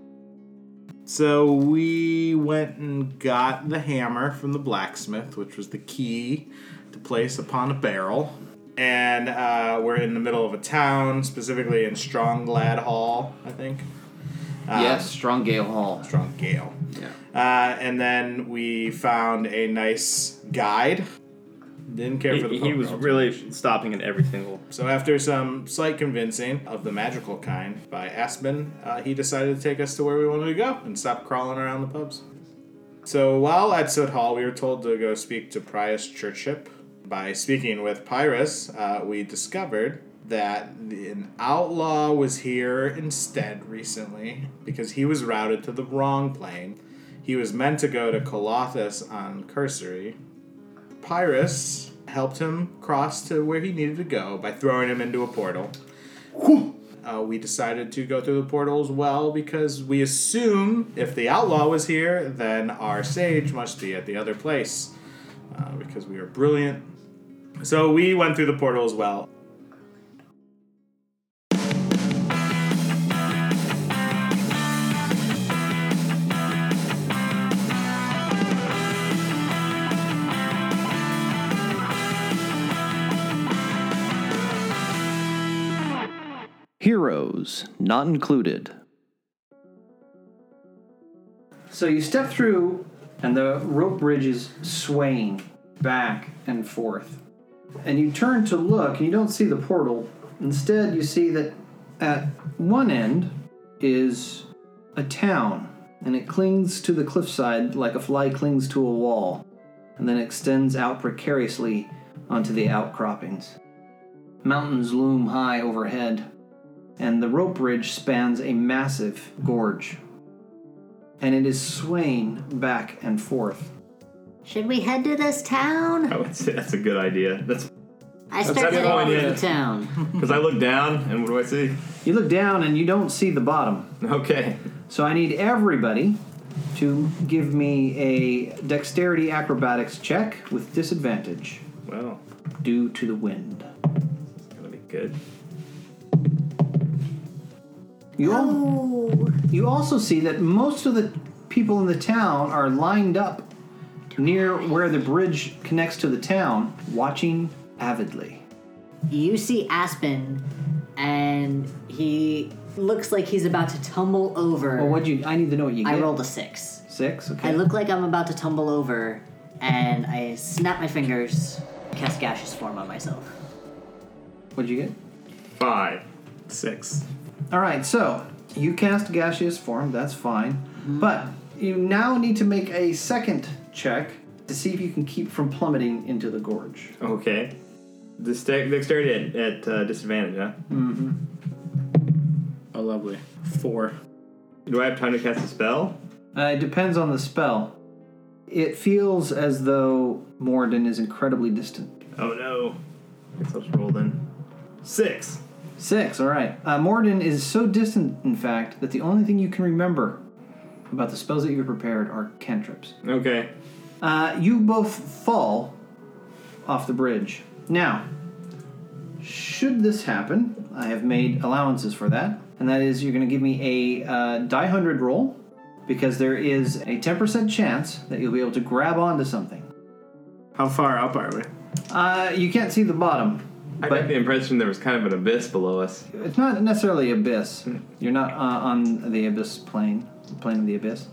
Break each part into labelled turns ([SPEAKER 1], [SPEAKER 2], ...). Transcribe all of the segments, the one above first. [SPEAKER 1] So we went and got the hammer from the blacksmith, which was the key to place upon a barrel. And uh, we're in the middle of a town, specifically in Stronglad Hall, I think. Uh,
[SPEAKER 2] yes, Strong Gale Hall.
[SPEAKER 1] Strong Gale.
[SPEAKER 2] Yeah.
[SPEAKER 1] Uh, and then we found a nice guide. Didn't care for the
[SPEAKER 3] He, he
[SPEAKER 1] poker
[SPEAKER 3] was
[SPEAKER 1] ultimately.
[SPEAKER 3] really stopping at every single.
[SPEAKER 1] So after some slight convincing of the magical kind by Aspen, uh, he decided to take us to where we wanted to go and stop crawling around the pubs. So while at Soot Hall, we were told to go speak to Prius Churchship. By speaking with Pyrus, uh, we discovered that the- an outlaw was here instead recently because he was routed to the wrong plane. He was meant to go to Colothus on Cursory, Pyrus helped him cross to where he needed to go by throwing him into a portal. Uh, we decided to go through the portal as well because we assume if the outlaw was here, then our sage must be at the other place uh, because we are brilliant. So we went through the portal as well.
[SPEAKER 4] Heroes Not Included.
[SPEAKER 2] So you step through, and the rope bridge is swaying back and forth. And you turn to look, and you don't see the portal. Instead, you see that at one end is a town, and it clings to the cliffside like a fly clings to a wall, and then extends out precariously onto the outcroppings. Mountains loom high overhead, and the rope bridge spans a massive gorge and it is swaying back and forth.
[SPEAKER 5] Should we head to this town?
[SPEAKER 3] I would say that's a good idea. That's
[SPEAKER 5] I
[SPEAKER 3] That's
[SPEAKER 5] start
[SPEAKER 3] a good
[SPEAKER 5] heading
[SPEAKER 3] idea.
[SPEAKER 5] to the town.
[SPEAKER 3] because I look down and what do I see?
[SPEAKER 2] You look down and you don't see the bottom.
[SPEAKER 3] Okay.
[SPEAKER 2] So I need everybody to give me a dexterity acrobatics check with disadvantage
[SPEAKER 3] Well,
[SPEAKER 2] due to the wind.
[SPEAKER 3] it's gonna be good.
[SPEAKER 2] You, al-
[SPEAKER 5] Ooh.
[SPEAKER 2] you also see that most of the people in the town are lined up near where the bridge connects to the town, watching avidly.
[SPEAKER 5] You see Aspen, and he looks like he's about to tumble over.
[SPEAKER 2] Well, what you? I need to know what you get.
[SPEAKER 5] I rolled a six.
[SPEAKER 2] six. Okay.
[SPEAKER 5] I look like I'm about to tumble over, and I snap my fingers, cast gaseous form on myself.
[SPEAKER 2] What'd you get?
[SPEAKER 3] Five, six.
[SPEAKER 2] All right, so you cast gaseous form, that's fine. But you now need to make a second check to see if you can keep from plummeting into the gorge.
[SPEAKER 3] Okay. Dexter- Dexterity at, at uh, disadvantage, huh?
[SPEAKER 1] Mm-hmm. Oh, lovely. Four.
[SPEAKER 3] Do I have time to cast a spell?
[SPEAKER 2] Uh, it depends on the spell. It feels as though Morden is incredibly distant.
[SPEAKER 3] Oh no. Guess I'll just roll then. Six.
[SPEAKER 2] Six, all right. Uh, Morden is so distant, in fact, that the only thing you can remember about the spells that you've prepared are cantrips.
[SPEAKER 3] Okay.
[SPEAKER 2] Uh, you both fall off the bridge. Now, should this happen, I have made allowances for that, and that is you're going to give me a uh, die hundred roll because there is a 10% chance that you'll be able to grab onto something.
[SPEAKER 1] How far up are we?
[SPEAKER 2] Uh, you can't see the bottom.
[SPEAKER 3] I
[SPEAKER 2] But-
[SPEAKER 3] got the impression there was kind of an abyss below us.
[SPEAKER 2] It's not necessarily abyss. You're not uh, on the abyss plane, plane of the abyss.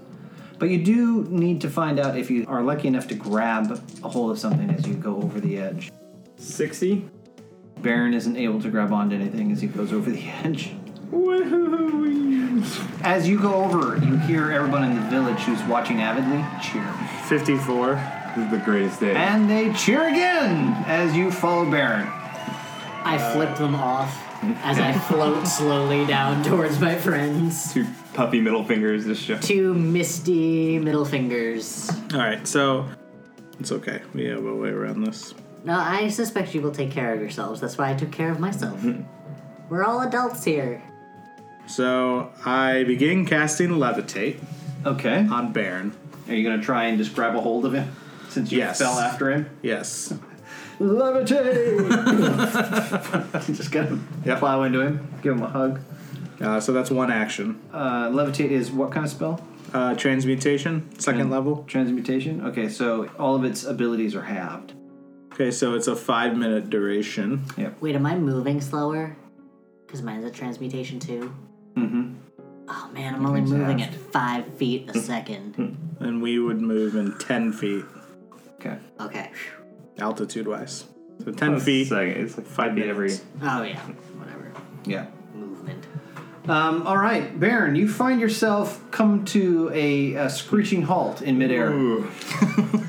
[SPEAKER 2] But you do need to find out if you are lucky enough to grab a hold of something as you go over the edge.
[SPEAKER 3] Sixty.
[SPEAKER 2] Baron isn't able to grab onto anything as he goes over the edge.
[SPEAKER 3] Woohoo!
[SPEAKER 2] As you go over, you hear everyone in the village who's watching avidly cheer.
[SPEAKER 1] 54. Eh.
[SPEAKER 3] This is the greatest day.
[SPEAKER 2] And they cheer again as you follow Baron.
[SPEAKER 5] I flip them off as I float slowly down towards my friends.
[SPEAKER 3] Two puffy middle fingers just show.
[SPEAKER 5] Two misty middle fingers.
[SPEAKER 1] All right, so it's okay. We have a way around this.
[SPEAKER 5] No, I suspect you will take care of yourselves. That's why I took care of myself.
[SPEAKER 2] Mm-hmm.
[SPEAKER 5] We're all adults here.
[SPEAKER 1] So I begin casting levitate
[SPEAKER 2] Okay.
[SPEAKER 1] on Baron.
[SPEAKER 2] Are you going to try and just grab a hold of him since you
[SPEAKER 1] Yes.
[SPEAKER 2] fell after him?
[SPEAKER 1] Yes.
[SPEAKER 2] Levitate! just going to
[SPEAKER 1] Yep.
[SPEAKER 2] plow into him, give him a hug.
[SPEAKER 1] Uh, so that's one action.
[SPEAKER 2] Uh, levitate is what kind of spell?
[SPEAKER 1] Uh, transmutation, second
[SPEAKER 2] And-
[SPEAKER 1] level.
[SPEAKER 2] Transmutation? Okay, so all of its abilities are halved.
[SPEAKER 1] Okay, so it's a five minute duration.
[SPEAKER 5] Wait, am I moving slower? Because mine's a transmutation too.
[SPEAKER 2] Mm-hmm.
[SPEAKER 5] Oh man, I'm only moving at five feet a second.
[SPEAKER 2] Mm-hmm.
[SPEAKER 1] And we would move in 10 feet
[SPEAKER 2] Okay.
[SPEAKER 5] Okay.
[SPEAKER 1] altitude wise. So 10 feet.
[SPEAKER 3] Second, it's like five feet every.
[SPEAKER 5] Oh yeah, whatever.
[SPEAKER 2] Yeah.
[SPEAKER 5] Movement.
[SPEAKER 2] Um, all right, Baron, you find yourself come to a, uh screeching halt in midair.
[SPEAKER 3] Ooh.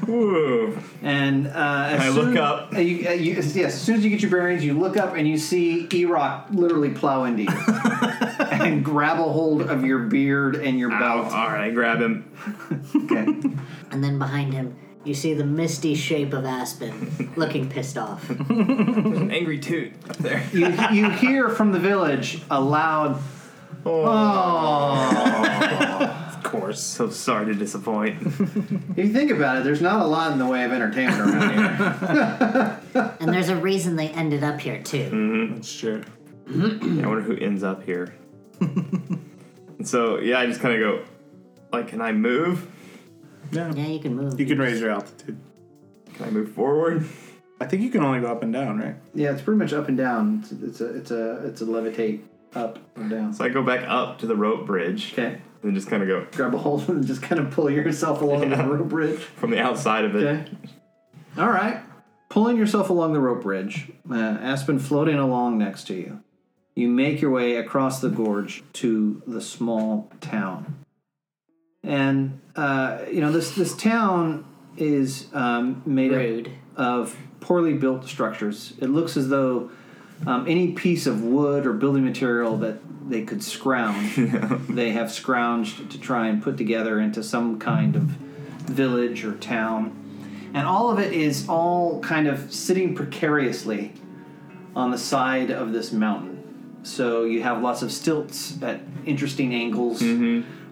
[SPEAKER 3] Ooh.
[SPEAKER 2] And uh, as
[SPEAKER 3] I
[SPEAKER 2] soon,
[SPEAKER 3] look up.
[SPEAKER 2] uh, you, uh, you, yes, as soon as you get your bearings, you look up and you see Erock literally plow into you and grab a hold of your beard and your
[SPEAKER 3] Ow.
[SPEAKER 2] belt.
[SPEAKER 3] All right, grab him.
[SPEAKER 2] Okay.
[SPEAKER 5] And then behind him, you see the misty shape of Aspen, looking pissed off.
[SPEAKER 3] An angry toot up there.
[SPEAKER 2] you, you hear from the village a loud. Oh.
[SPEAKER 3] Of course. So sorry to disappoint.
[SPEAKER 2] If you think about it, there's not a lot in the way of entertainment around here.
[SPEAKER 5] And there's a reason they ended up here
[SPEAKER 2] Mm-hmm.
[SPEAKER 5] too.
[SPEAKER 1] Sure.
[SPEAKER 3] I wonder who ends up here. And so yeah, I just kind of go, like, can I move?
[SPEAKER 1] Yeah.
[SPEAKER 5] Yeah, you can move.
[SPEAKER 1] You can raise your altitude.
[SPEAKER 3] Can I move forward?
[SPEAKER 1] I think you can only go up and down, right?
[SPEAKER 2] Yeah, it's pretty much up and down. It's, it's a it's a it's a levitate up and down.
[SPEAKER 3] So I go back up to the rope bridge
[SPEAKER 2] Okay.
[SPEAKER 3] and just kind of go
[SPEAKER 2] Grab a hold and just kind of pull yourself along the rope bridge.
[SPEAKER 3] from the outside of it.
[SPEAKER 2] Okay. All right. Pulling yourself along the rope bridge, uh, Aspen floating along next to you. You make your way across the gorge to the small town. And, uh, you know, this, this town is um, made
[SPEAKER 5] Rude.
[SPEAKER 2] up of poorly built structures. It looks as though um, any piece of wood or building material that they could scrounge, they have scrounged to try and put together into some kind of village or town. And all of it is all kind of sitting precariously on the side of this mountain. So you have lots of stilts at interesting angles,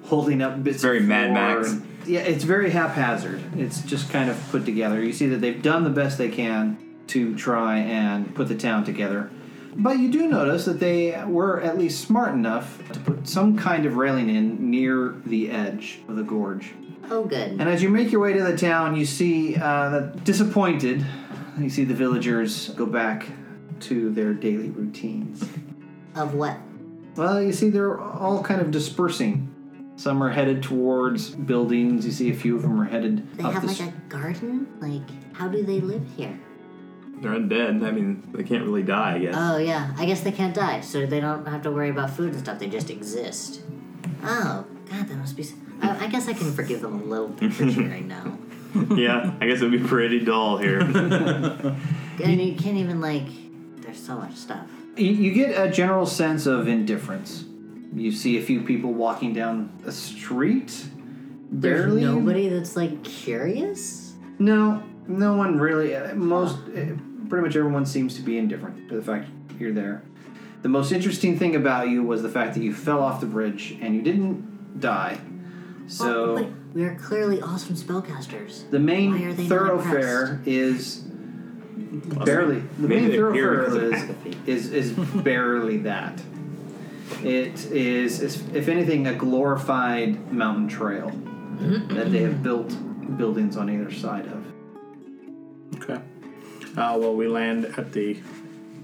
[SPEAKER 2] holding up bits.
[SPEAKER 3] Mm-hmm. very
[SPEAKER 2] of
[SPEAKER 3] Mad
[SPEAKER 2] floor
[SPEAKER 3] Max.
[SPEAKER 2] and- yeah, it's very haphazard. It's just kind of put together. You see that they've done the best they can to try and put the town together. But you do notice that they were at least smart enough to put some kind of railing in near the edge of the gorge.
[SPEAKER 5] Oh, good.
[SPEAKER 2] And as you make your way to the town, you see uh, that disappointed, you see the villagers go back to their daily routines.
[SPEAKER 5] Of what?
[SPEAKER 2] Well, you see, they're all kind of dispersing. Some are headed towards buildings. You see, a few of them are headed
[SPEAKER 5] They
[SPEAKER 2] up
[SPEAKER 5] have
[SPEAKER 2] the
[SPEAKER 5] like
[SPEAKER 2] s-
[SPEAKER 5] a garden? Like, how do they live here?
[SPEAKER 3] They're undead. I mean, they can't really die. I guess.
[SPEAKER 5] Oh, yeah. I guess they can't die, so they don't have to worry about food and stuff. They just exist. Oh, God, that must be. s I I I, guess I can forgive them a little depression right now.
[SPEAKER 3] yeah. I guess it would be pretty dull here.
[SPEAKER 5] And you can't even, like, there's so much stuff.
[SPEAKER 2] You- You get a general sense of indifference. You see a few people walking down a street.
[SPEAKER 5] There's
[SPEAKER 2] barely.
[SPEAKER 5] nobody that's, like, curious?
[SPEAKER 2] No, no one really. uh, Most, uh, pretty much everyone seems to be indifferent to the fact you're there. The most interesting thing about you was the fact that you fell off the bridge and you didn't die. So.
[SPEAKER 5] Like, Oh, we are clearly awesome spellcasters.
[SPEAKER 2] The
[SPEAKER 5] Why are
[SPEAKER 2] main
[SPEAKER 5] they not
[SPEAKER 2] thoroughfare is barely the
[SPEAKER 3] maybe
[SPEAKER 2] main
[SPEAKER 3] they're here
[SPEAKER 2] thoroughfare
[SPEAKER 3] because
[SPEAKER 2] is, is is barely that. It is, is if anything a glorified mountain trail
[SPEAKER 5] Mm-hmm.
[SPEAKER 2] that they have built buildings on either side of.
[SPEAKER 1] Okay. Uh, well, we land at the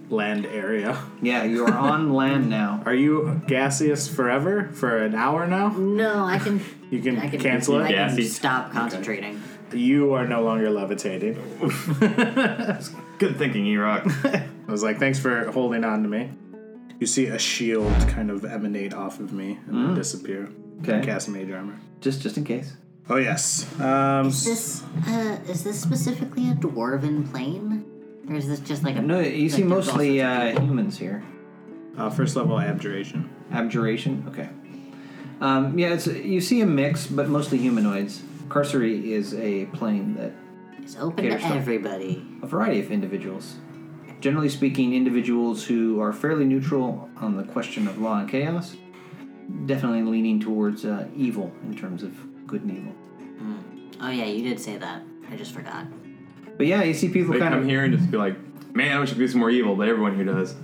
[SPEAKER 1] land area.
[SPEAKER 2] Yeah, you are on land now.
[SPEAKER 1] Are you gaseous forever? For an hour now?
[SPEAKER 5] No, I can.
[SPEAKER 1] You can,
[SPEAKER 5] I can
[SPEAKER 1] cancel
[SPEAKER 5] I
[SPEAKER 1] it?
[SPEAKER 5] can
[SPEAKER 3] Gassy.
[SPEAKER 5] stop concentrating.
[SPEAKER 1] You are no longer levitating.
[SPEAKER 3] Good thinking, Erock.
[SPEAKER 1] I was like, thanks for holding on to me. You see a shield kind of emanate off of me and then disappear.
[SPEAKER 2] Okay,
[SPEAKER 1] Cast mage armor.
[SPEAKER 2] just just in case.
[SPEAKER 1] Oh yes. Um,
[SPEAKER 5] Is this uh, is this specifically a dwarven plane? Or is this just like a.
[SPEAKER 2] No, you see
[SPEAKER 5] like there's all
[SPEAKER 2] mostly
[SPEAKER 5] sorts of
[SPEAKER 2] uh, humans here.
[SPEAKER 1] Uh, first level abjuration.
[SPEAKER 2] Abjuration. Okay. Um, yeah, it's you see a mix, but mostly humanoids. Carcery is a plane that
[SPEAKER 5] people. It's open
[SPEAKER 2] Gator
[SPEAKER 5] to
[SPEAKER 2] stuff.
[SPEAKER 5] everybody.
[SPEAKER 2] a variety of individuals. Generally speaking, individuals who are fairly neutral on the question of law and chaos, definitely leaning towards uh, evil in terms of good and evil.
[SPEAKER 5] Oh, yeah, you did say that. I just
[SPEAKER 2] Uh,
[SPEAKER 5] forgot.
[SPEAKER 2] But yeah, you see people
[SPEAKER 3] They
[SPEAKER 2] kind
[SPEAKER 3] come
[SPEAKER 2] of
[SPEAKER 3] here and just be like, man, I wish I could do some more evil, but everyone here does.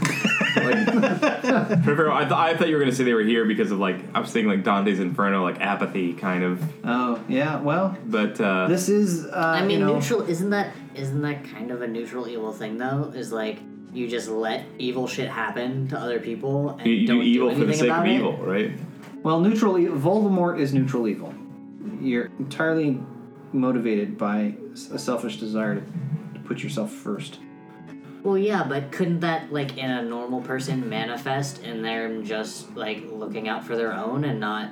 [SPEAKER 3] like, Rivero, I, th- I thought you were going to say they were here because of like, I was thinking like Dante's Inferno, like apathy kind of.
[SPEAKER 2] Oh yeah, well,
[SPEAKER 3] But uh,
[SPEAKER 2] this is. Uh,
[SPEAKER 5] I mean,
[SPEAKER 2] you know,
[SPEAKER 5] neutral isn't that isn't that kind of a neutral evil thing though? Is like you just let evil shit happen to other people and
[SPEAKER 3] you, you
[SPEAKER 5] don't
[SPEAKER 3] do evil for the
[SPEAKER 5] anything
[SPEAKER 3] sake
[SPEAKER 5] about
[SPEAKER 3] of
[SPEAKER 5] it?
[SPEAKER 3] evil, right?
[SPEAKER 2] Well, neutral. E- Voldemort is neutral evil. You're entirely motivated by s- a selfish desire to, to put yourself first.
[SPEAKER 5] Well, yeah, but couldn't that like in a normal person manifest in them just like looking out for their own and not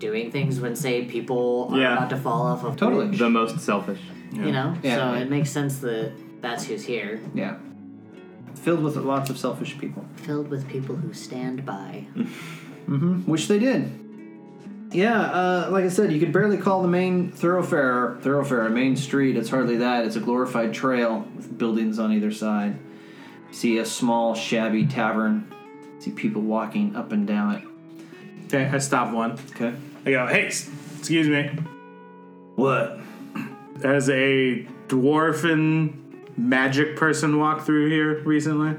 [SPEAKER 5] doing things when say people are
[SPEAKER 3] Yeah.
[SPEAKER 5] about to fall off of
[SPEAKER 2] Totally.
[SPEAKER 3] The most selfish.
[SPEAKER 5] you know?
[SPEAKER 2] Yeah.
[SPEAKER 5] so
[SPEAKER 2] Yeah.
[SPEAKER 5] it makes sense that that's who's here,
[SPEAKER 2] Yeah. Filled with lots of selfish people,
[SPEAKER 5] filled with people who stand by.
[SPEAKER 2] which they did. Yeah, uh, like I said, you could barely call the main thoroughfare thoroughfare a main street. It's hardly that. It's a glorified trail with buildings on either side. See a small, shabby tavern. See people walking up and down it.
[SPEAKER 1] Okay, I stop one.
[SPEAKER 2] Okay.
[SPEAKER 1] I go, hey, s- excuse me.
[SPEAKER 2] What?
[SPEAKER 1] Has a dwarven magic person walked through here recently?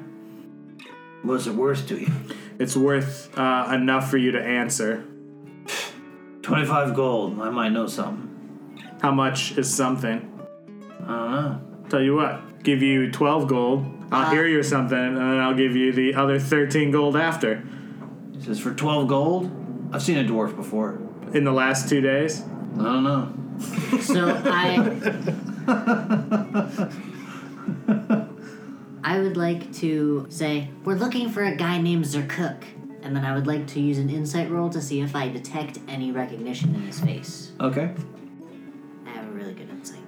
[SPEAKER 2] What's it worth to you?
[SPEAKER 1] It's worth uh, enough for you to answer.
[SPEAKER 2] 25 gold. I might know something.
[SPEAKER 1] How much is something?
[SPEAKER 2] I don't know.
[SPEAKER 1] Tell you what, give you 12 gold. I'll hear you something, and then I'll give you the other 13 gold after.
[SPEAKER 2] He says, for 12 gold? I've seen a dwarf before.
[SPEAKER 1] In the last two days?
[SPEAKER 2] I don't know.
[SPEAKER 5] So I. I would like to say, we're looking for a guy named Zerkook. And then I would like to use an insight roll to see if I detect any recognition in his face.
[SPEAKER 2] Okay.
[SPEAKER 5] I have a really good insight.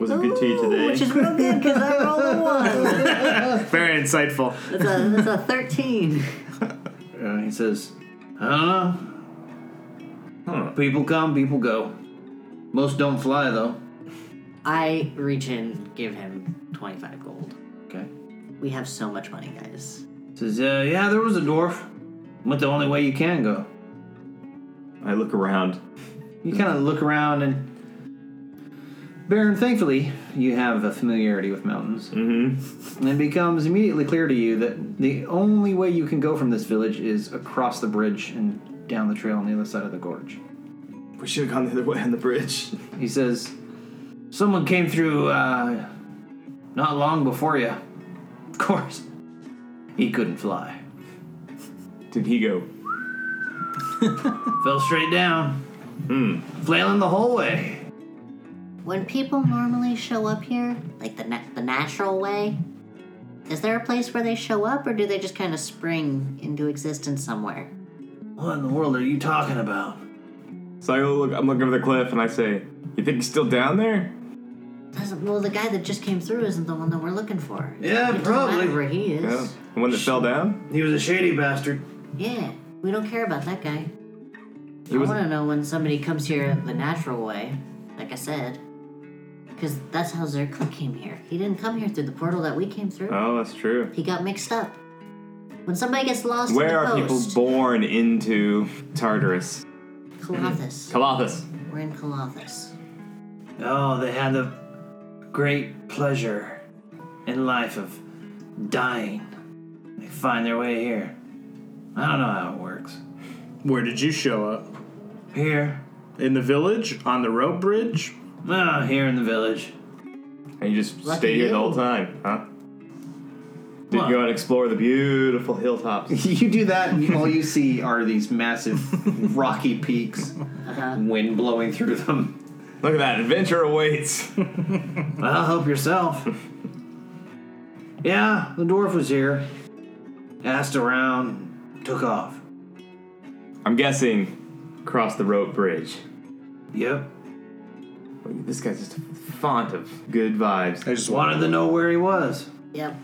[SPEAKER 3] Was it good to you today?
[SPEAKER 5] Which is real good because I rolled a 1.
[SPEAKER 1] Very insightful.
[SPEAKER 5] That's a, that's a 13.
[SPEAKER 2] Uh, he says, I don't know. People come, people go. Most don't fly, though.
[SPEAKER 5] I reach in, give him 25 gold.
[SPEAKER 2] Okay.
[SPEAKER 5] We have so much money, guys.
[SPEAKER 2] Says, uh, yeah, there was a dwarf. Went the only way you can go.
[SPEAKER 3] I look around.
[SPEAKER 2] You kind of look around and. Baron, thankfully, you have a familiarity with mountains.
[SPEAKER 3] Mm-hmm.
[SPEAKER 2] And it becomes immediately clear to you that the only way you can go from this village is across the bridge and down the trail on the other side of the gorge.
[SPEAKER 3] We should have gone the other way on the bridge.
[SPEAKER 2] He says, Someone came through uh, not long before you. Of course. He couldn't fly.
[SPEAKER 3] Did he go?
[SPEAKER 2] Fell straight down. Flailing the whole way.
[SPEAKER 5] When people normally show up here, like the na- the natural way, is there a place where they show up, or do they just kind of spring into existence somewhere?
[SPEAKER 2] What in the world are you talking about?
[SPEAKER 3] So I go look. I'm looking over the cliff and I say, "You think he's still down there?"
[SPEAKER 5] Doesn't well, the guy that just came through isn't the one that we're looking for.
[SPEAKER 2] Yeah,
[SPEAKER 5] it doesn't
[SPEAKER 2] probably.
[SPEAKER 5] Matter where he is.
[SPEAKER 3] Yeah. The one that fell down.
[SPEAKER 2] He was a shady bastard.
[SPEAKER 5] Yeah, we don't care about that guy.
[SPEAKER 3] He
[SPEAKER 5] I
[SPEAKER 3] was.
[SPEAKER 5] want to know when somebody comes here the natural way, like I said, because that's how Zerko came here. He didn't come here through the portal that we came through.
[SPEAKER 3] Oh, that's true.
[SPEAKER 5] He got mixed up. When somebody gets lost
[SPEAKER 3] Where
[SPEAKER 5] in the
[SPEAKER 3] are people
[SPEAKER 5] coast,
[SPEAKER 3] born into Tartarus?
[SPEAKER 5] Clothis.
[SPEAKER 3] Calathus.
[SPEAKER 5] We're in Clothis.
[SPEAKER 2] Oh, they had the great pleasure in life of dying. They find their way here. I don't know how it works.
[SPEAKER 1] Where did you show up?
[SPEAKER 2] Here.
[SPEAKER 1] In the village? On the rope bridge?
[SPEAKER 2] Ah, here in the village.
[SPEAKER 3] And you just
[SPEAKER 5] Lucky
[SPEAKER 3] stay here the
[SPEAKER 5] you.
[SPEAKER 3] whole time, huh? Did
[SPEAKER 2] What?
[SPEAKER 3] you go out and explore the beautiful hilltops?
[SPEAKER 2] You do that, and all you see are these massive rocky peaks, wind blowing through them.
[SPEAKER 3] Look at that, adventure awaits.
[SPEAKER 2] Well, help yourself. yeah, the dwarf was here. Asked around, took off.
[SPEAKER 3] I'm guessing cross the rope bridge.
[SPEAKER 2] Yep.
[SPEAKER 3] Like, This guy's just a font of good vibes.
[SPEAKER 1] I just
[SPEAKER 2] Wanted to know where he was.
[SPEAKER 5] Yep.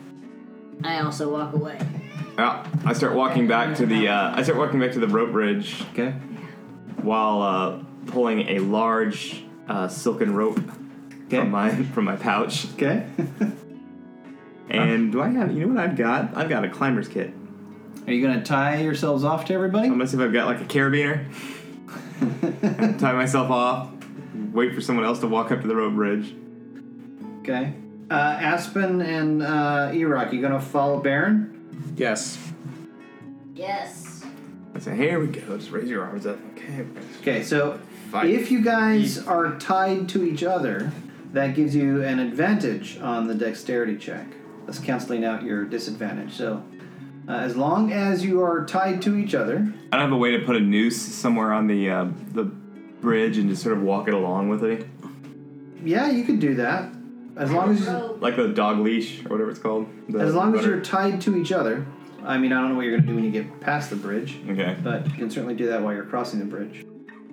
[SPEAKER 5] I also walk away.
[SPEAKER 3] Uh, I start walking back to the uh, I start walking back to the rope bridge
[SPEAKER 2] Okay.
[SPEAKER 3] while uh, pulling a large uh, silken rope
[SPEAKER 2] Okay.
[SPEAKER 3] from my from my pouch.
[SPEAKER 2] okay.
[SPEAKER 5] Uh-huh.
[SPEAKER 3] And do I have you know what I've got? I've got a climber's kit.
[SPEAKER 2] Are you gonna tie yourselves off to everybody?
[SPEAKER 3] I'm gonna see if I've got like a carabiner. Tie myself off. Wait for someone else to walk up to the rope bridge.
[SPEAKER 2] Okay. Uh, Aspen and uh, Erock, you gonna follow Baron?
[SPEAKER 1] Yes.
[SPEAKER 5] Yes.
[SPEAKER 3] I say, here we go. Just raise your arms up. Okay.
[SPEAKER 2] Okay, so
[SPEAKER 3] Fine.
[SPEAKER 2] if you guys are tied to each other, that gives you an advantage on the dexterity check. That's canceling out your disadvantage. So, uh, as long as you are tied to each other,
[SPEAKER 3] I don't have a way to put a noose somewhere on the uh, the bridge and just sort of walk it along with me,
[SPEAKER 2] yeah, you could do that. As long as
[SPEAKER 3] like the dog leash or whatever it's called. The
[SPEAKER 2] as long as
[SPEAKER 3] rudder.
[SPEAKER 2] you're tied to each other. I mean, I don't know what you're gonna do when you get past the bridge,
[SPEAKER 3] Okay.
[SPEAKER 2] but you can certainly do that while you're crossing the bridge.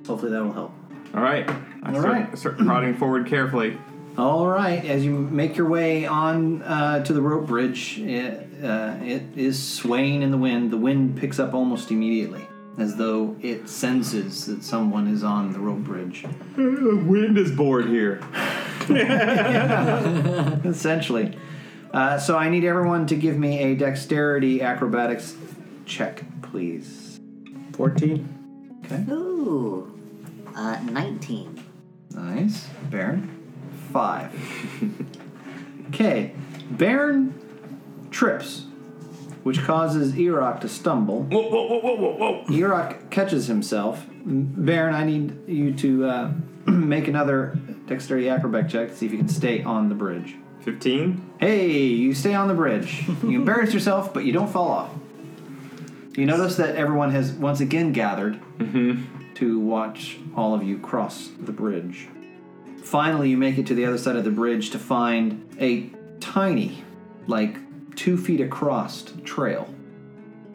[SPEAKER 2] Hopefully, that will help.
[SPEAKER 3] All right. I
[SPEAKER 2] All
[SPEAKER 3] start,
[SPEAKER 2] right.
[SPEAKER 3] I start prodding forward carefully.
[SPEAKER 2] All right, as you make your way on uh, to the rope bridge, it, uh, it is swaying in the wind. The wind picks up almost immediately, as though it senses that someone is on the rope bridge.
[SPEAKER 3] The wind is bored here.
[SPEAKER 2] Essentially. Uh, so I need everyone to give me a dexterity acrobatics check, please.
[SPEAKER 1] 14.
[SPEAKER 5] Ooh. Uh, 19.
[SPEAKER 2] Nice. Baron, five. Okay, Baron trips, which causes Erock to stumble.
[SPEAKER 3] Whoa, whoa, whoa, whoa, whoa, whoa.
[SPEAKER 2] Yurok catches himself. Baron, I need you to uh, make another dexterity acrobat check to see if you can stay on the bridge.
[SPEAKER 3] 15?
[SPEAKER 2] Hey, you stay on the bridge. You embarrass yourself, but you don't fall off. You notice that everyone has once again gathered to watch all of you cross the bridge. Finally, you make it to the other side of the bridge to find a tiny, like two feet across trail.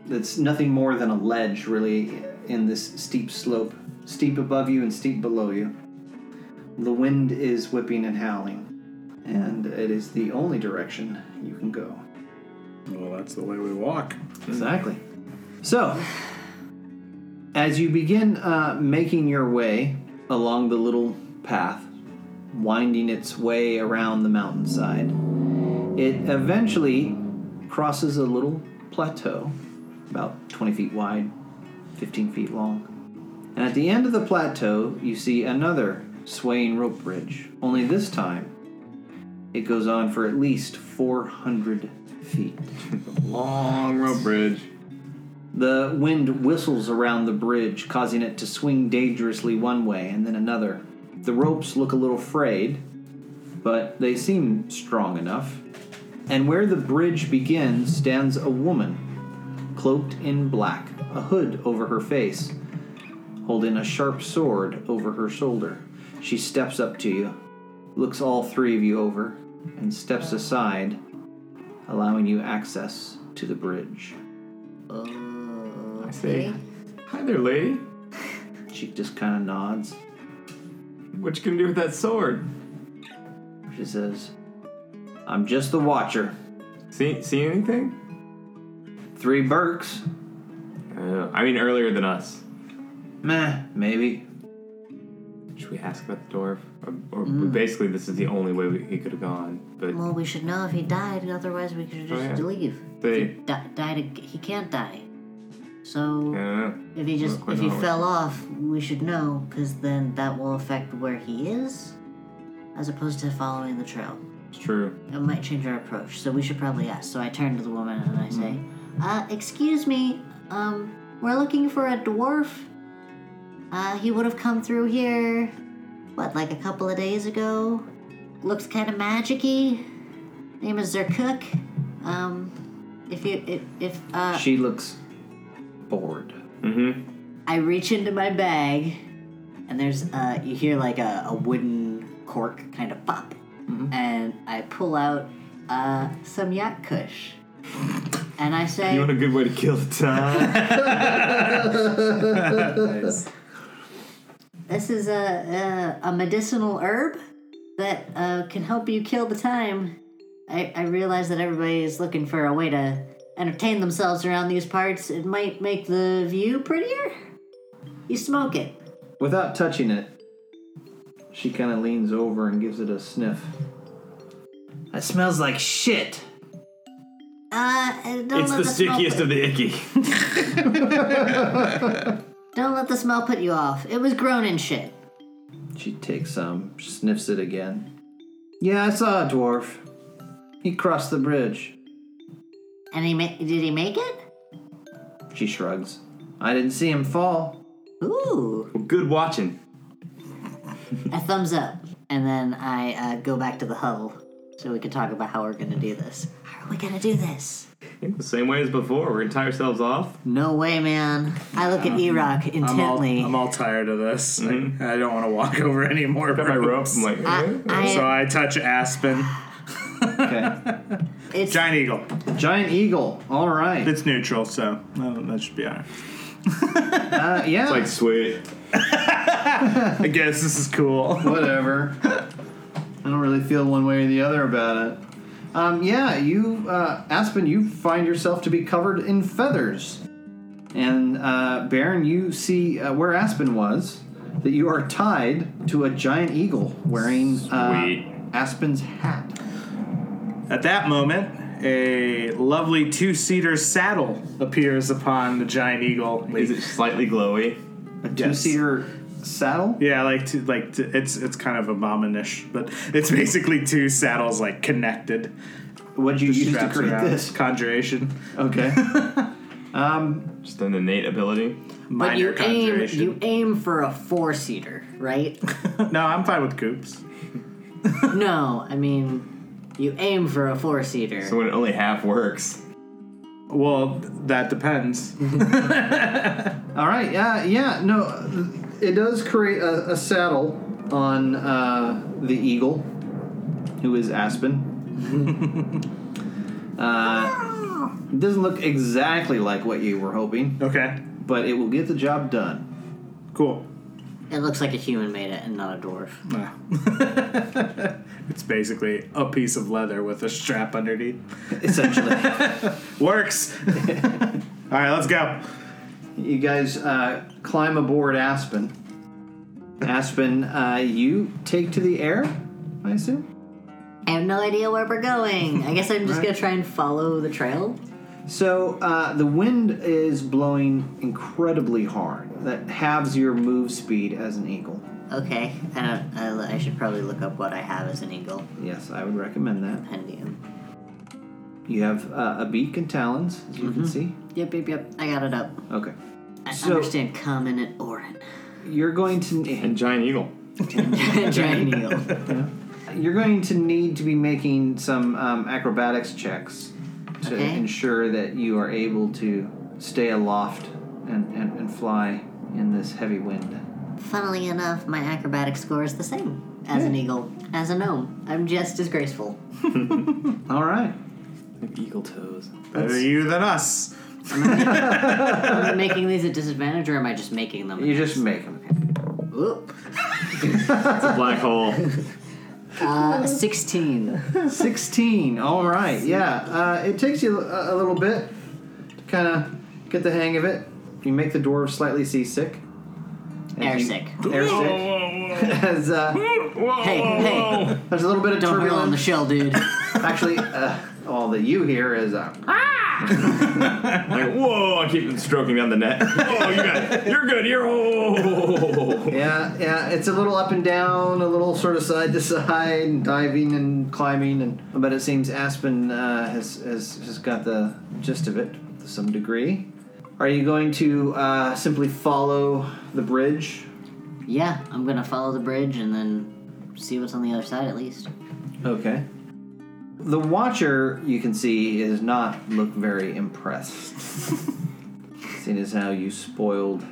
[SPEAKER 2] That's nothing more than a ledge, really, in this steep slope. Steep above you and steep below you. The wind is whipping and howling and it is the only direction you can go.
[SPEAKER 1] Well, that's the way we walk.
[SPEAKER 2] Exactly. So, as you begin uh, making your way along the little path, winding its way around the mountainside, it eventually crosses a little plateau, about 20 feet wide, 15 feet long. And at the end of the plateau, you see another swaying rope bridge, only this time it goes on for at least 400 feet.
[SPEAKER 3] Long rope bridge.
[SPEAKER 2] The wind whistles around the bridge, causing it to swing dangerously one way and then another. The ropes look a little frayed, but they seem strong enough. And where the bridge begins stands a woman, cloaked in black, a hood over her face, holding a sharp sword over her shoulder. She steps up to you, looks all three of you over, and steps aside, allowing you access to the bridge.
[SPEAKER 5] Oh.
[SPEAKER 3] I say, hi there, lady.
[SPEAKER 2] She just kind of nods.
[SPEAKER 3] What you gonna do with that sword?
[SPEAKER 2] She says, I'm just the watcher.
[SPEAKER 3] See, see anything?
[SPEAKER 2] Three Burks?
[SPEAKER 3] Uh, I mean, earlier than us.
[SPEAKER 2] Meh, maybe.
[SPEAKER 3] Should we ask about the dwarf? Or, or basically, this is the only way we, he could have gone. But
[SPEAKER 5] Mm. Well, we should know if he died, otherwise, we could
[SPEAKER 3] Oh,
[SPEAKER 5] just
[SPEAKER 3] yeah.
[SPEAKER 5] leave.
[SPEAKER 3] they,
[SPEAKER 5] Di- died, ag- he can't die. So,
[SPEAKER 3] I don't know.
[SPEAKER 5] if he just,
[SPEAKER 3] Look, we're
[SPEAKER 5] if he
[SPEAKER 3] not-
[SPEAKER 5] fell off, we should know, because then that will affect where he is, as opposed to following the trail.
[SPEAKER 3] It's true.
[SPEAKER 5] It might change our approach, so we should probably ask. So I turn to the woman and I say, uh, excuse me, um, we're looking for a dwarf. Uh, he would have come through here, what, like a couple of days ago? Looks kind of magic-y. Name is Zerkook. Um, if you, if, if, uh,
[SPEAKER 2] She looks bored.
[SPEAKER 3] Mm-hmm.
[SPEAKER 5] I reach into my bag, and there's uh, you hear like a, a wooden cork kind of pop,
[SPEAKER 3] Mm-hmm.
[SPEAKER 5] and I pull out uh, some yak kush, and I say,
[SPEAKER 3] You want a good way to kill the time?
[SPEAKER 5] This is a, a, a medicinal herb that uh, can help you kill the time. I, I realize that everybody is looking for a way to entertain themselves around these parts. It might make the view prettier. You smoke it.
[SPEAKER 2] Without touching it, she kind of leans over and gives it a sniff. That smells like shit.
[SPEAKER 5] Uh, don't
[SPEAKER 3] It's
[SPEAKER 5] let
[SPEAKER 3] the
[SPEAKER 5] smell
[SPEAKER 3] stickiest
[SPEAKER 5] put-
[SPEAKER 3] of the icky.
[SPEAKER 5] Don't let the smell put you off. It was grown in shit.
[SPEAKER 2] She takes some, sniffs it again. Yeah, I saw a dwarf. He crossed the bridge.
[SPEAKER 5] And he ma- did he make it?
[SPEAKER 2] She shrugs. I didn't see him fall.
[SPEAKER 5] Ooh,
[SPEAKER 3] Good watching.
[SPEAKER 5] a thumbs up. And then I uh, go back to the huddle so we can talk about how we're gonna do this. How are we gonna do this?
[SPEAKER 3] The same way as before. We're gonna tie ourselves off.
[SPEAKER 5] No way, man. I look at E-Rock
[SPEAKER 1] Uh, I'm all,
[SPEAKER 5] intently.
[SPEAKER 1] I'm all tired of this. I- I, don't want to walk over any more.
[SPEAKER 3] Mm-hmm. Got my rope.
[SPEAKER 1] rooms.
[SPEAKER 3] I'm like, eh.
[SPEAKER 5] I-
[SPEAKER 1] so I touch Aspen.
[SPEAKER 2] Okay.
[SPEAKER 5] it's,
[SPEAKER 1] Giant Eagle.
[SPEAKER 2] Giant eagle. All right.
[SPEAKER 1] It's neutral, so no, that should be alright.
[SPEAKER 2] Uh, yeah.
[SPEAKER 3] like sweet.
[SPEAKER 1] I guess this is cool.
[SPEAKER 2] Whatever. I don't really feel one way or the other about it. Um, yeah, you, uh, Aspen, you find yourself to be covered in feathers. And, uh, Baron, you see uh, where Aspen was, that you are tied to a giant eagle wearing
[SPEAKER 3] Sweet.
[SPEAKER 2] uh, Aspen's hat.
[SPEAKER 1] At that moment, a lovely two-seater saddle appears upon the giant eagle.
[SPEAKER 3] Is it slightly glowy?
[SPEAKER 2] A two seater saddle?
[SPEAKER 1] Yeah, like two, like two, it's it's kind of abominish, but it's basically two saddles like connected.
[SPEAKER 2] What'd you use to
[SPEAKER 1] straps
[SPEAKER 2] create
[SPEAKER 1] around.
[SPEAKER 2] this?
[SPEAKER 1] conjuration?
[SPEAKER 2] Okay.
[SPEAKER 3] Just an innate ability.
[SPEAKER 5] but
[SPEAKER 1] Minor
[SPEAKER 5] you aim,
[SPEAKER 1] conjuration.
[SPEAKER 5] you aim for a four-seater, right?
[SPEAKER 1] No, I'm fine with coops.
[SPEAKER 5] no, I mean, you aim for a four-seater.
[SPEAKER 3] So when it only half works.
[SPEAKER 1] Well, that depends.
[SPEAKER 2] Mm-hmm. All right. Yeah. Yeah. No, it does create a, a saddle on uh, the eagle, who is Aspen. uh, it doesn't look exactly like what you were hoping,
[SPEAKER 1] Okay,
[SPEAKER 2] but it will get the job done.
[SPEAKER 1] cool.
[SPEAKER 5] It looks like a human made it and not a dwarf.
[SPEAKER 1] Ah. it's basically a piece of leather with a strap underneath.
[SPEAKER 2] Essentially,
[SPEAKER 1] Works. All right, let's go.
[SPEAKER 2] you guys uh, climb aboard Aspen. Aspen, uh, you take to the air, I assume.
[SPEAKER 5] I have no idea where we're going. I guess I'm just gonna try and follow the trail.
[SPEAKER 2] So uh, the wind is blowing incredibly hard. That halves your move speed as an eagle.
[SPEAKER 5] Okay, I don't. I, I should probably look up what I have as an eagle
[SPEAKER 2] Yes, I would recommend that.
[SPEAKER 5] pendium.
[SPEAKER 2] You have uh, a beak and talons, as you can see.
[SPEAKER 5] Yep, yep, yep. I got it up.
[SPEAKER 2] Okay.
[SPEAKER 5] I
[SPEAKER 2] So-
[SPEAKER 5] understand common and orin.
[SPEAKER 2] You're going to
[SPEAKER 3] And
[SPEAKER 2] need,
[SPEAKER 3] giant eagle.
[SPEAKER 5] Giant eagle.
[SPEAKER 2] you're going to need to be making some um, acrobatics checks to
[SPEAKER 5] Okay.
[SPEAKER 2] ensure that you are able to stay aloft and, and, and fly in this heavy wind.
[SPEAKER 5] Funnily enough, my acrobatic score is the same as an eagle, as a gnome. I'm just as graceful.
[SPEAKER 2] All right.
[SPEAKER 3] Eagle toes.
[SPEAKER 1] Better you than us.
[SPEAKER 5] Am I making these a disadvantage, or am I just making them?
[SPEAKER 2] You just make them.
[SPEAKER 5] Oop.
[SPEAKER 3] It's a black hole.
[SPEAKER 5] Uh, Sixteen.
[SPEAKER 2] 16. All right. Yeah. Uh, it takes you a, a little bit to kind of get the hang of it. You make the dwarf slightly seasick. As
[SPEAKER 5] Air
[SPEAKER 2] you-
[SPEAKER 5] sick.
[SPEAKER 2] Air sick. As, uh,
[SPEAKER 5] Hey, hey!
[SPEAKER 2] There's a little bit of
[SPEAKER 5] Don't
[SPEAKER 2] turbulence.
[SPEAKER 5] hurl on the shell, dude.
[SPEAKER 2] Actually, uh, all that you hear is uh,
[SPEAKER 3] Like, whoa, I keep stroking down the net. Whoa, you got, you're good, you're oh.
[SPEAKER 2] yeah, yeah. It's a little up and down, a little sort of side to side, and diving and climbing, and but it seems Aspen uh, has, has has got the gist of it to some degree. Are you going to uh, simply follow the bridge?
[SPEAKER 5] Yeah, I'm gonna follow the bridge and then see what's on the other side at least.
[SPEAKER 2] Okay. The watcher you can see is not look very impressed, seeing as how you spoiled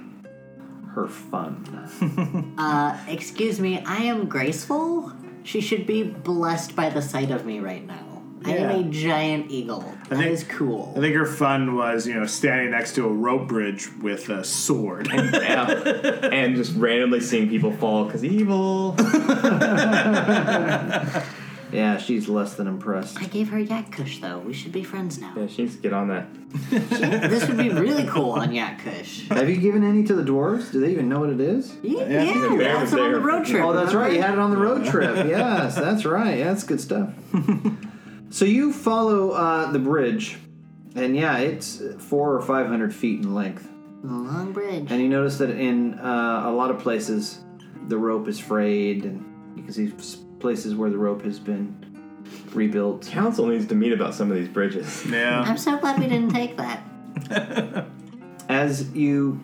[SPEAKER 2] her fun.
[SPEAKER 5] Uh, excuse me, I am graceful. She should be blessed by the sight of me right now. I
[SPEAKER 1] Yeah.
[SPEAKER 5] am a giant eagle. That is
[SPEAKER 1] think-
[SPEAKER 5] cool.
[SPEAKER 1] I think her fun was, you know, standing next to a rope bridge with a sword.
[SPEAKER 3] Yeah. and just randomly seeing people fall because evil.
[SPEAKER 2] Yeah, she's less than impressed.
[SPEAKER 5] I gave her Yak Kush though. We should be friends now.
[SPEAKER 3] Yeah, she needs to get on that.
[SPEAKER 5] this would be really cool on Yak Kush.
[SPEAKER 2] Have you given any to the dwarves? Do they even know what it is?
[SPEAKER 5] Yeah,
[SPEAKER 3] there,
[SPEAKER 5] yeah that's
[SPEAKER 3] there.
[SPEAKER 5] on the road trip.
[SPEAKER 2] Oh, that's right. You
[SPEAKER 5] remember?
[SPEAKER 2] had it on the road trip. Yes, that's right. Yeah, that's good stuff. so you follow uh, the bridge, and yeah, it's four or five hundred feet in length.
[SPEAKER 5] The long bridge.
[SPEAKER 2] And you notice that in uh, a lot of places, the rope is frayed, and you can see s- places where the rope has been rebuilt.
[SPEAKER 3] Council needs to meet about some of these bridges.
[SPEAKER 1] yeah.
[SPEAKER 5] I'm so glad we didn't take that.
[SPEAKER 2] As you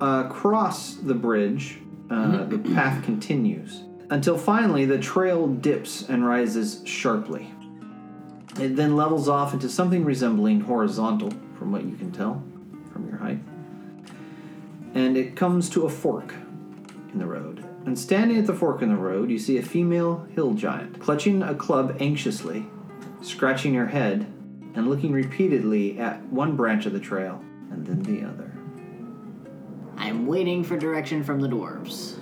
[SPEAKER 2] uh, cross the bridge, uh, the path continues until finally the trail dips and rises sharply. It then levels off into something resembling horizontal, from what you can tell from your height. And it comes to a fork in the road. And standing at the fork in the road, you see a female hill giant clutching a club anxiously, scratching her head, and looking repeatedly at one branch of the trail and then the other.
[SPEAKER 5] I'm waiting for direction from the dwarves.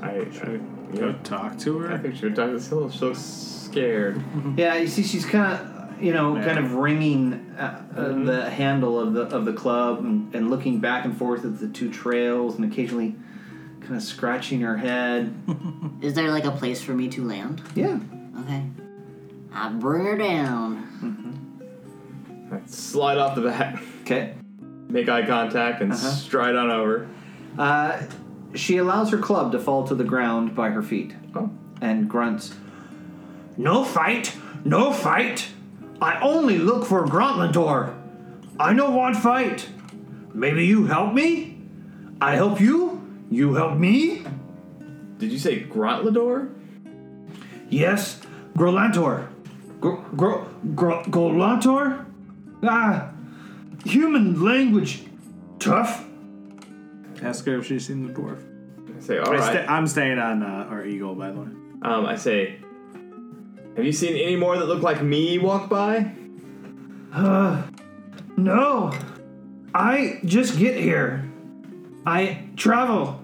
[SPEAKER 3] I, I,
[SPEAKER 1] Go
[SPEAKER 3] yeah,
[SPEAKER 1] talk to
[SPEAKER 3] I
[SPEAKER 1] her.
[SPEAKER 3] think she would talk to Syl. She looks scared.
[SPEAKER 2] Yeah, you see, she's kind of, you know, kind of wringing uh, uh, the handle of the of the club and, and looking back and forth at the two trails and occasionally kind of scratching her head.
[SPEAKER 5] Is there like a place for me to land?
[SPEAKER 2] Yeah,
[SPEAKER 5] Okay. I bring her down.
[SPEAKER 3] I slide off the back,
[SPEAKER 2] okay.
[SPEAKER 3] make eye contact, and stride on over.
[SPEAKER 2] Uh, she allows her club to fall to the ground by her feet
[SPEAKER 3] Oh,
[SPEAKER 2] and grunts, "No fight, no fight! I only look for Grantlador. I no want fight. Maybe you help me. I help you. You help me."
[SPEAKER 3] did you say Grantlador?
[SPEAKER 2] Yes, Grolantor. Gro, gro, gro, Grolantor? Ah, human language. Tough?
[SPEAKER 1] Ask her if she's seen the dwarf.
[SPEAKER 3] I say, all
[SPEAKER 1] I
[SPEAKER 3] right.
[SPEAKER 1] sta- I'm staying on uh, our eagle, by the way.
[SPEAKER 3] um, I say, have you seen any more that look like me walk by?
[SPEAKER 2] No. I just get here. I travel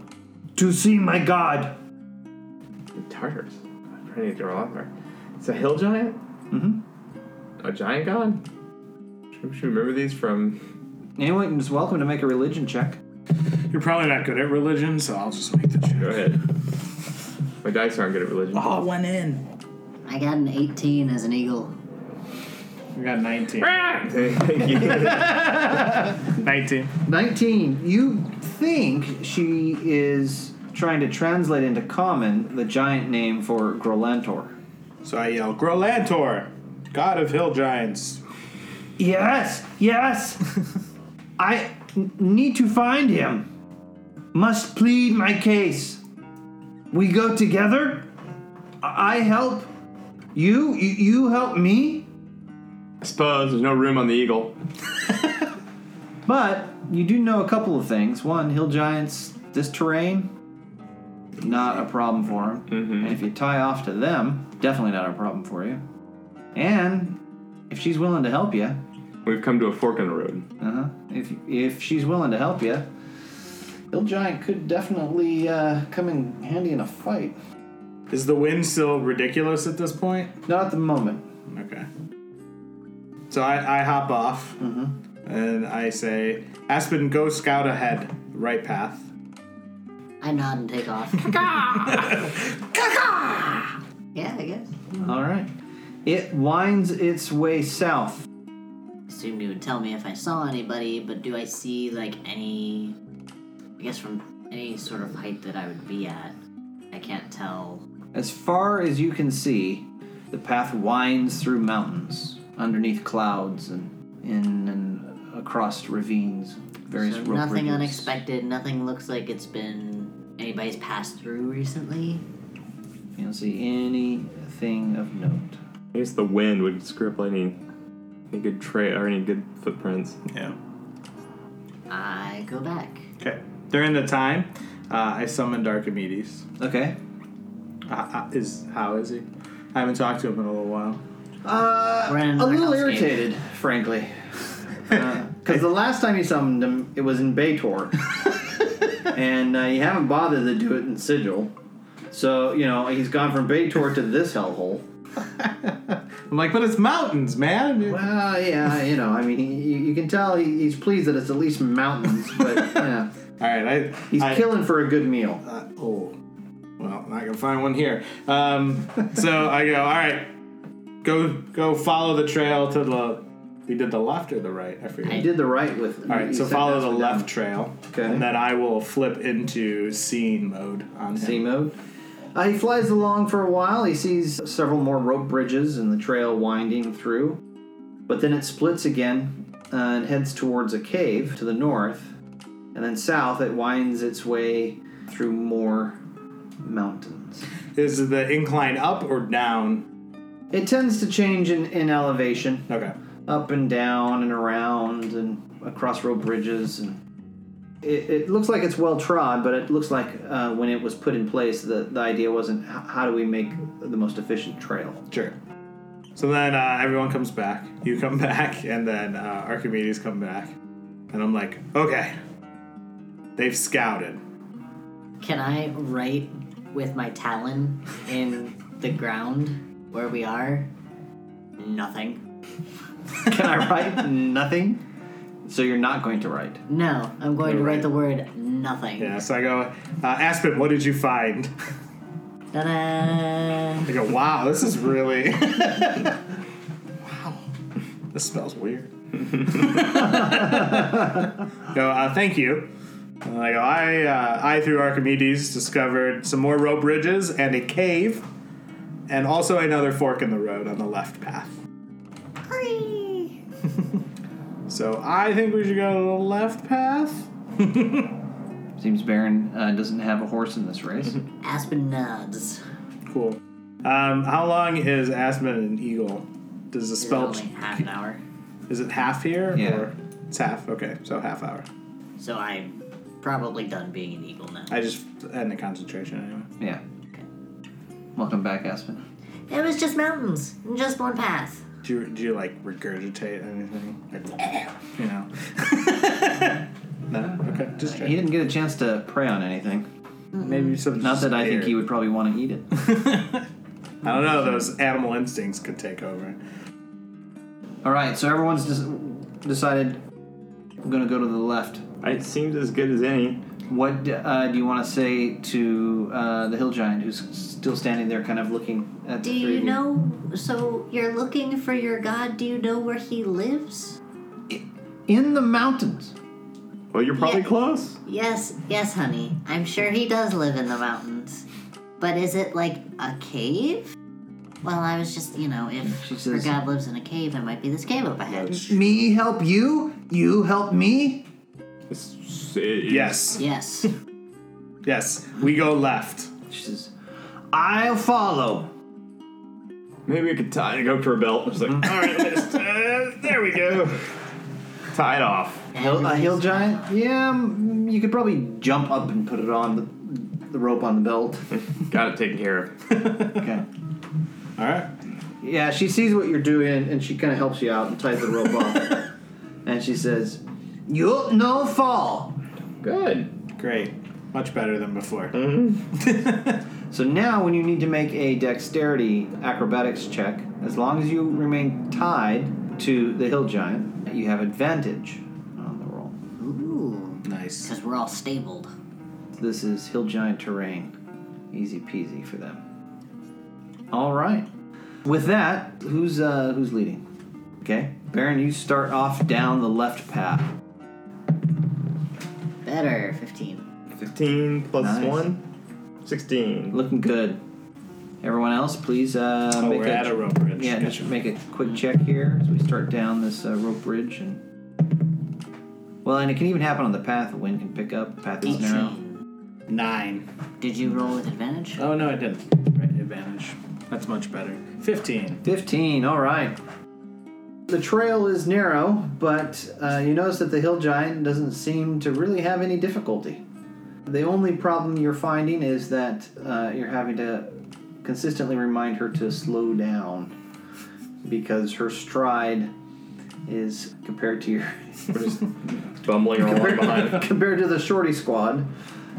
[SPEAKER 2] to see my god.
[SPEAKER 3] Tartars. I'm trying to get the wrong there. It's a hill giant? Mm-hmm. A giant god? Should should we remember these from...
[SPEAKER 2] Anyone is welcome to make a religion check.
[SPEAKER 1] You're probably not good at religion, so I'll just make the check.
[SPEAKER 3] Go ahead. My dice aren't good at religion.
[SPEAKER 1] Oh, one in.
[SPEAKER 5] I got an 18 as an eagle.
[SPEAKER 1] We got 19.
[SPEAKER 3] Thank you.
[SPEAKER 1] 19.
[SPEAKER 2] 19. You think she is trying to translate into common the giant name for Grolantor.
[SPEAKER 1] So I yell, Grolantor, god of hill giants.
[SPEAKER 2] Yes, yes. I n- need to find him. Must plead my case. We go together. I I help you. You, you help me.
[SPEAKER 3] I suppose there's no room on the eagle.
[SPEAKER 2] But you do know a couple of things. One, hill giants, this terrain, not a problem for them. And if you tie off to them, definitely not a problem for you. And if she's willing to help you,
[SPEAKER 3] We've come to a fork in the road.
[SPEAKER 2] Uh-huh. If if she's willing to help you, Hill Giant could definitely uh, come in handy in a fight.
[SPEAKER 1] Is the wind still ridiculous at this point?
[SPEAKER 2] Not at the moment.
[SPEAKER 1] Okay. So I, I hop off and I say, Aspen, go scout ahead, right path.
[SPEAKER 5] I nod and take off. yeah, I guess.
[SPEAKER 2] All right. It winds its way south.
[SPEAKER 5] Assumed you would tell me if I saw anybody, but do I see like any? I guess from any sort of height that I would be at, I can't tell.
[SPEAKER 2] As far as you can see, the path winds through mountains, underneath clouds, and in and across ravines, various
[SPEAKER 5] So
[SPEAKER 2] rope
[SPEAKER 5] nothing
[SPEAKER 2] bridges.
[SPEAKER 5] unexpected. Nothing looks like it's been anybody's passed through recently.
[SPEAKER 2] You don't see anything of note.
[SPEAKER 3] I guess the wind would screw up any, any good trail or any good footprints.
[SPEAKER 1] Yeah.
[SPEAKER 5] I go back.
[SPEAKER 1] Okay. During the time, uh, I summoned Archimedes.
[SPEAKER 2] Okay.
[SPEAKER 1] Uh, uh, is How is he? I haven't talked to him in a little while.
[SPEAKER 2] Uh,
[SPEAKER 5] Ran into
[SPEAKER 2] a
[SPEAKER 5] their
[SPEAKER 2] little
[SPEAKER 5] hellscape.
[SPEAKER 2] irritated, frankly. Because the last time you summoned him, it was in Bator. and uh, you haven't bothered to do it in Sigil. So, you know, he's gone from Bator to this hellhole.
[SPEAKER 1] I'm like, but it's mountains, man.
[SPEAKER 2] Well, yeah, you know, I mean, you, you can tell he, he's pleased that it's at least mountains, but yeah.
[SPEAKER 1] All right, I
[SPEAKER 2] He's
[SPEAKER 1] I,
[SPEAKER 2] killing for a good meal.
[SPEAKER 1] Oh, well, not gonna find one here. Um, so I go. All right, go go follow the trail to the. We did the left or the right? I forget.
[SPEAKER 2] He did the right with.
[SPEAKER 1] All right, so follow the left trail,
[SPEAKER 2] Okay.
[SPEAKER 1] and then I will flip into scene mode on him.
[SPEAKER 2] C mode. Uh, he flies along for a while. He sees several more rope bridges and the trail winding through. But then it splits again uh, and heads towards a cave to the north. And then south, it winds its way through more mountains.
[SPEAKER 1] Is the incline up or down?
[SPEAKER 2] It tends to change in, in elevation,
[SPEAKER 1] Okay.
[SPEAKER 2] up and down and around and across rope bridges. And it, it looks like it's well trod, but it looks like uh, when it was put in place, the, the idea wasn't "H- how do we make the most efficient trail?
[SPEAKER 1] Sure. So then uh, everyone comes back. You come back, and then uh, Archimedes come back, and I'm like, okay, they've scouted.
[SPEAKER 5] Can I write with my talon in the ground where we are? Nothing.
[SPEAKER 2] Can I write nothing? So you're not going to write.
[SPEAKER 5] No, I'm going to
[SPEAKER 1] You're
[SPEAKER 5] write
[SPEAKER 1] right.
[SPEAKER 5] the word nothing.
[SPEAKER 1] Yeah. So I go, uh, Aspen, what did you find?
[SPEAKER 5] Ta-da!
[SPEAKER 1] I go, wow, this is really. wow. This smells weird. go, uh, thank you. And I go, I, uh, I, through Archimedes, discovered some more rope bridges and a cave, and also another fork in the road on the left path. So I think we should go to the left path.
[SPEAKER 2] Seems Baron uh, doesn't have a horse in this race.
[SPEAKER 5] Aspen nods.
[SPEAKER 1] Cool. Um, how long is Aspen and Eagle? Does the
[SPEAKER 5] It's
[SPEAKER 1] spell.
[SPEAKER 5] only half an hour,
[SPEAKER 1] Is it half here?
[SPEAKER 2] Yeah.
[SPEAKER 1] Or it's half. Okay, so half hour.
[SPEAKER 5] so I'm probably done being an eagle now.
[SPEAKER 1] I just end the concentration anyway.
[SPEAKER 2] yeah. Welcome back, Aspen.
[SPEAKER 5] It was just mountains, and just one path.
[SPEAKER 1] Do you, do you like regurgitate anything? Like, you know? no? Okay, just
[SPEAKER 2] He
[SPEAKER 1] check.
[SPEAKER 2] didn't get a chance to prey on anything.
[SPEAKER 1] Maybe some.
[SPEAKER 2] Not that I think he would probably want to eat it.
[SPEAKER 1] I don't know, those animal instincts could take over.
[SPEAKER 2] All right, so everyone's des- decided we're going to go to the left.
[SPEAKER 3] It seems as good as any.
[SPEAKER 2] What uh, do you want to say to uh, the hill giant who's still standing there, kind of looking at
[SPEAKER 5] Do
[SPEAKER 2] the three
[SPEAKER 5] you
[SPEAKER 2] of
[SPEAKER 5] know? So you're looking for your god. Do you know where he lives?
[SPEAKER 2] In the mountains.
[SPEAKER 3] Well, you're probably
[SPEAKER 5] Yeah.
[SPEAKER 3] close.
[SPEAKER 5] Yes, yes, honey. I'm sure he does live in the mountains. But is it like a cave? Well, I was just, you know, if
[SPEAKER 2] She
[SPEAKER 5] her
[SPEAKER 2] says-
[SPEAKER 5] god lives in a cave, it might be this cave up ahead.
[SPEAKER 2] Me help you, you help me.
[SPEAKER 3] It's- it is-
[SPEAKER 1] Yes,
[SPEAKER 5] Yes.
[SPEAKER 1] yes, we go left.
[SPEAKER 2] She says, I'll follow.
[SPEAKER 3] Maybe we could tie it up to her belt. It's like, all right, let's, uh, there we go. Tie it off.
[SPEAKER 2] Hill, a hill giant? Yeah, mm, you could probably jump up and put it on the, the rope on the belt.
[SPEAKER 3] Got it taken care of.
[SPEAKER 2] Okay.
[SPEAKER 1] All right.
[SPEAKER 2] Yeah, she sees what you're doing and she kind of helps you out and ties the rope off. And she says, You'll no fall.
[SPEAKER 3] Good.
[SPEAKER 1] Great. Much better than before.
[SPEAKER 2] So now, when you need to make a dexterity acrobatics check, as long as you remain tied to the hill giant, you have advantage on the roll.
[SPEAKER 5] Ooh.
[SPEAKER 1] Nice.
[SPEAKER 5] Because we're all stabled.
[SPEAKER 2] This is hill giant terrain. Easy peasy for them. All right. With that, who's uh, who's leading? Okay, Baron, you start off down the left path.
[SPEAKER 5] Better, 15.
[SPEAKER 3] 15 plus
[SPEAKER 2] Nice.
[SPEAKER 3] 1, 16.
[SPEAKER 2] Looking good. Everyone else, please uh,
[SPEAKER 1] Oh,
[SPEAKER 2] make
[SPEAKER 1] we're
[SPEAKER 2] a,
[SPEAKER 1] at a rope bridge.
[SPEAKER 2] yeah, just
[SPEAKER 1] Gotcha.
[SPEAKER 2] make a quick check here as we start down this uh, rope bridge and. Well, and it can even happen on the path. The wind can pick up. The path is narrow.
[SPEAKER 5] 18.
[SPEAKER 1] Nine.
[SPEAKER 5] Did you roll with advantage?
[SPEAKER 1] Oh, no, I didn't. Right, advantage. That's much better. 15.
[SPEAKER 2] 15, all right. The trail is narrow, but uh, you notice that the hill giant doesn't seem to really have any difficulty. The only problem you're finding is that uh, you're having to consistently remind her to slow down because her stride is compared to your
[SPEAKER 3] bumbling along behind.
[SPEAKER 2] compared to the shorty squad,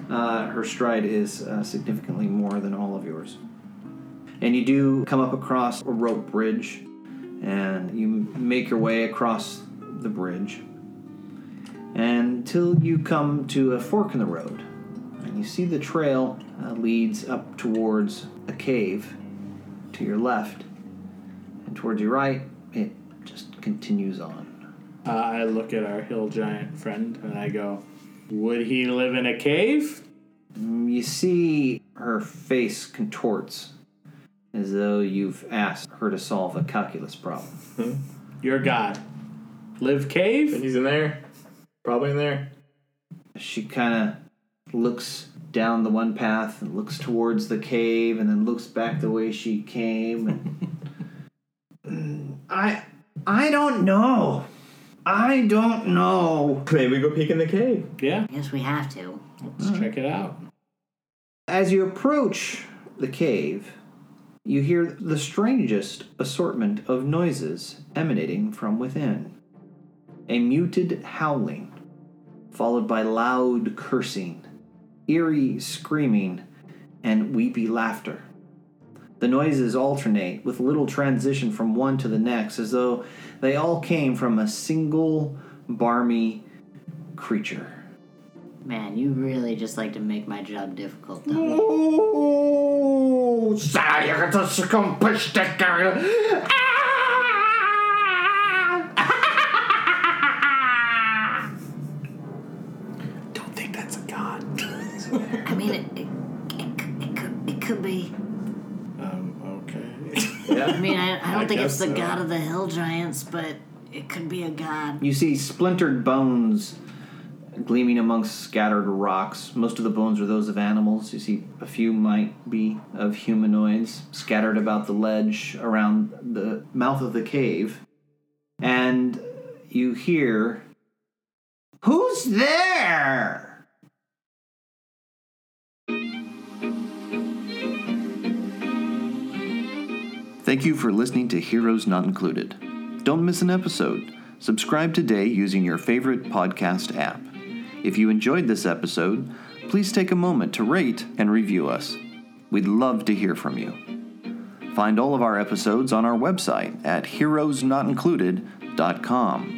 [SPEAKER 2] uh, her stride is uh, significantly more than all of yours. And you do come up across a rope bridge, and you make your way across the bridge until you come to a fork in the road, and you see the trail uh, leads up towards a cave to your left, and towards your right, it just continues on.
[SPEAKER 1] Uh, I look at our hill giant friend and I go, Would he live in a cave?
[SPEAKER 2] You see her face contorts as though you've asked her to solve a calculus problem.
[SPEAKER 1] You're God. Live cave?
[SPEAKER 3] He's in there. Probably in there.
[SPEAKER 2] She kind of looks down the one path and looks towards the cave and then looks back the way she came and I I don't know. I don't know.
[SPEAKER 3] Maybe we go peek in the cave.
[SPEAKER 1] Yeah,
[SPEAKER 5] Yes, we have to.
[SPEAKER 1] let's check it out.
[SPEAKER 2] As you approach the cave, you hear the strangest assortment of noises emanating from within a muted howling, followed by loud cursing, eerie screaming, and weepy laughter. The noises alternate with little transition from one to the next, as though they all came from a single barmy creature.
[SPEAKER 5] Man, you really just like to make my job difficult. don't you?
[SPEAKER 6] Don't think that's a god.
[SPEAKER 5] I mean, it, it, it, c- it, could, it could be.
[SPEAKER 1] Um, okay.
[SPEAKER 5] I mean, I, I don't
[SPEAKER 1] I
[SPEAKER 5] think it's
[SPEAKER 1] guess
[SPEAKER 5] the
[SPEAKER 1] so.
[SPEAKER 5] god of the hill giants, but it could be a god.
[SPEAKER 2] You see splintered bones gleaming amongst scattered rocks. Most of the bones are those of animals. You see a few might be of humanoids scattered about the ledge around the mouth of the cave. And you hear Who's there?
[SPEAKER 4] Thank you for listening to Heroes Not Included. Don't miss an episode. Subscribe today using your favorite podcast app. If you enjoyed this episode, please take a moment to rate and review us. We'd love to hear from you. Find all of our episodes on our website at heroesnotincluded.com.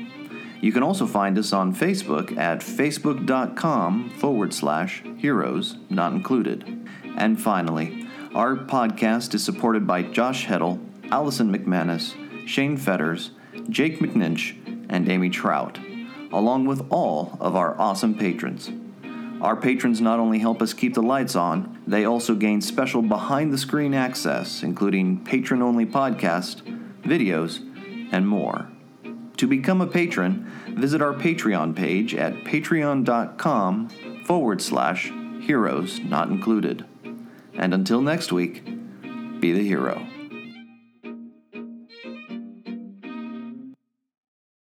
[SPEAKER 4] You can also find us on Facebook at facebook.com forward slash heroes not included. And finally, our podcast is supported by Josh Heddle, Allison McManus, Shane Fetters, Jake McNinch, and Amy Trout, along with all of our awesome patrons. Our patrons not only help us keep the lights on, they also gain special behind the screen access, including patron only podcasts, videos, and more. To become a patron, visit our Patreon page at patreon.com forward slash heroes not included. And until next week, be the hero.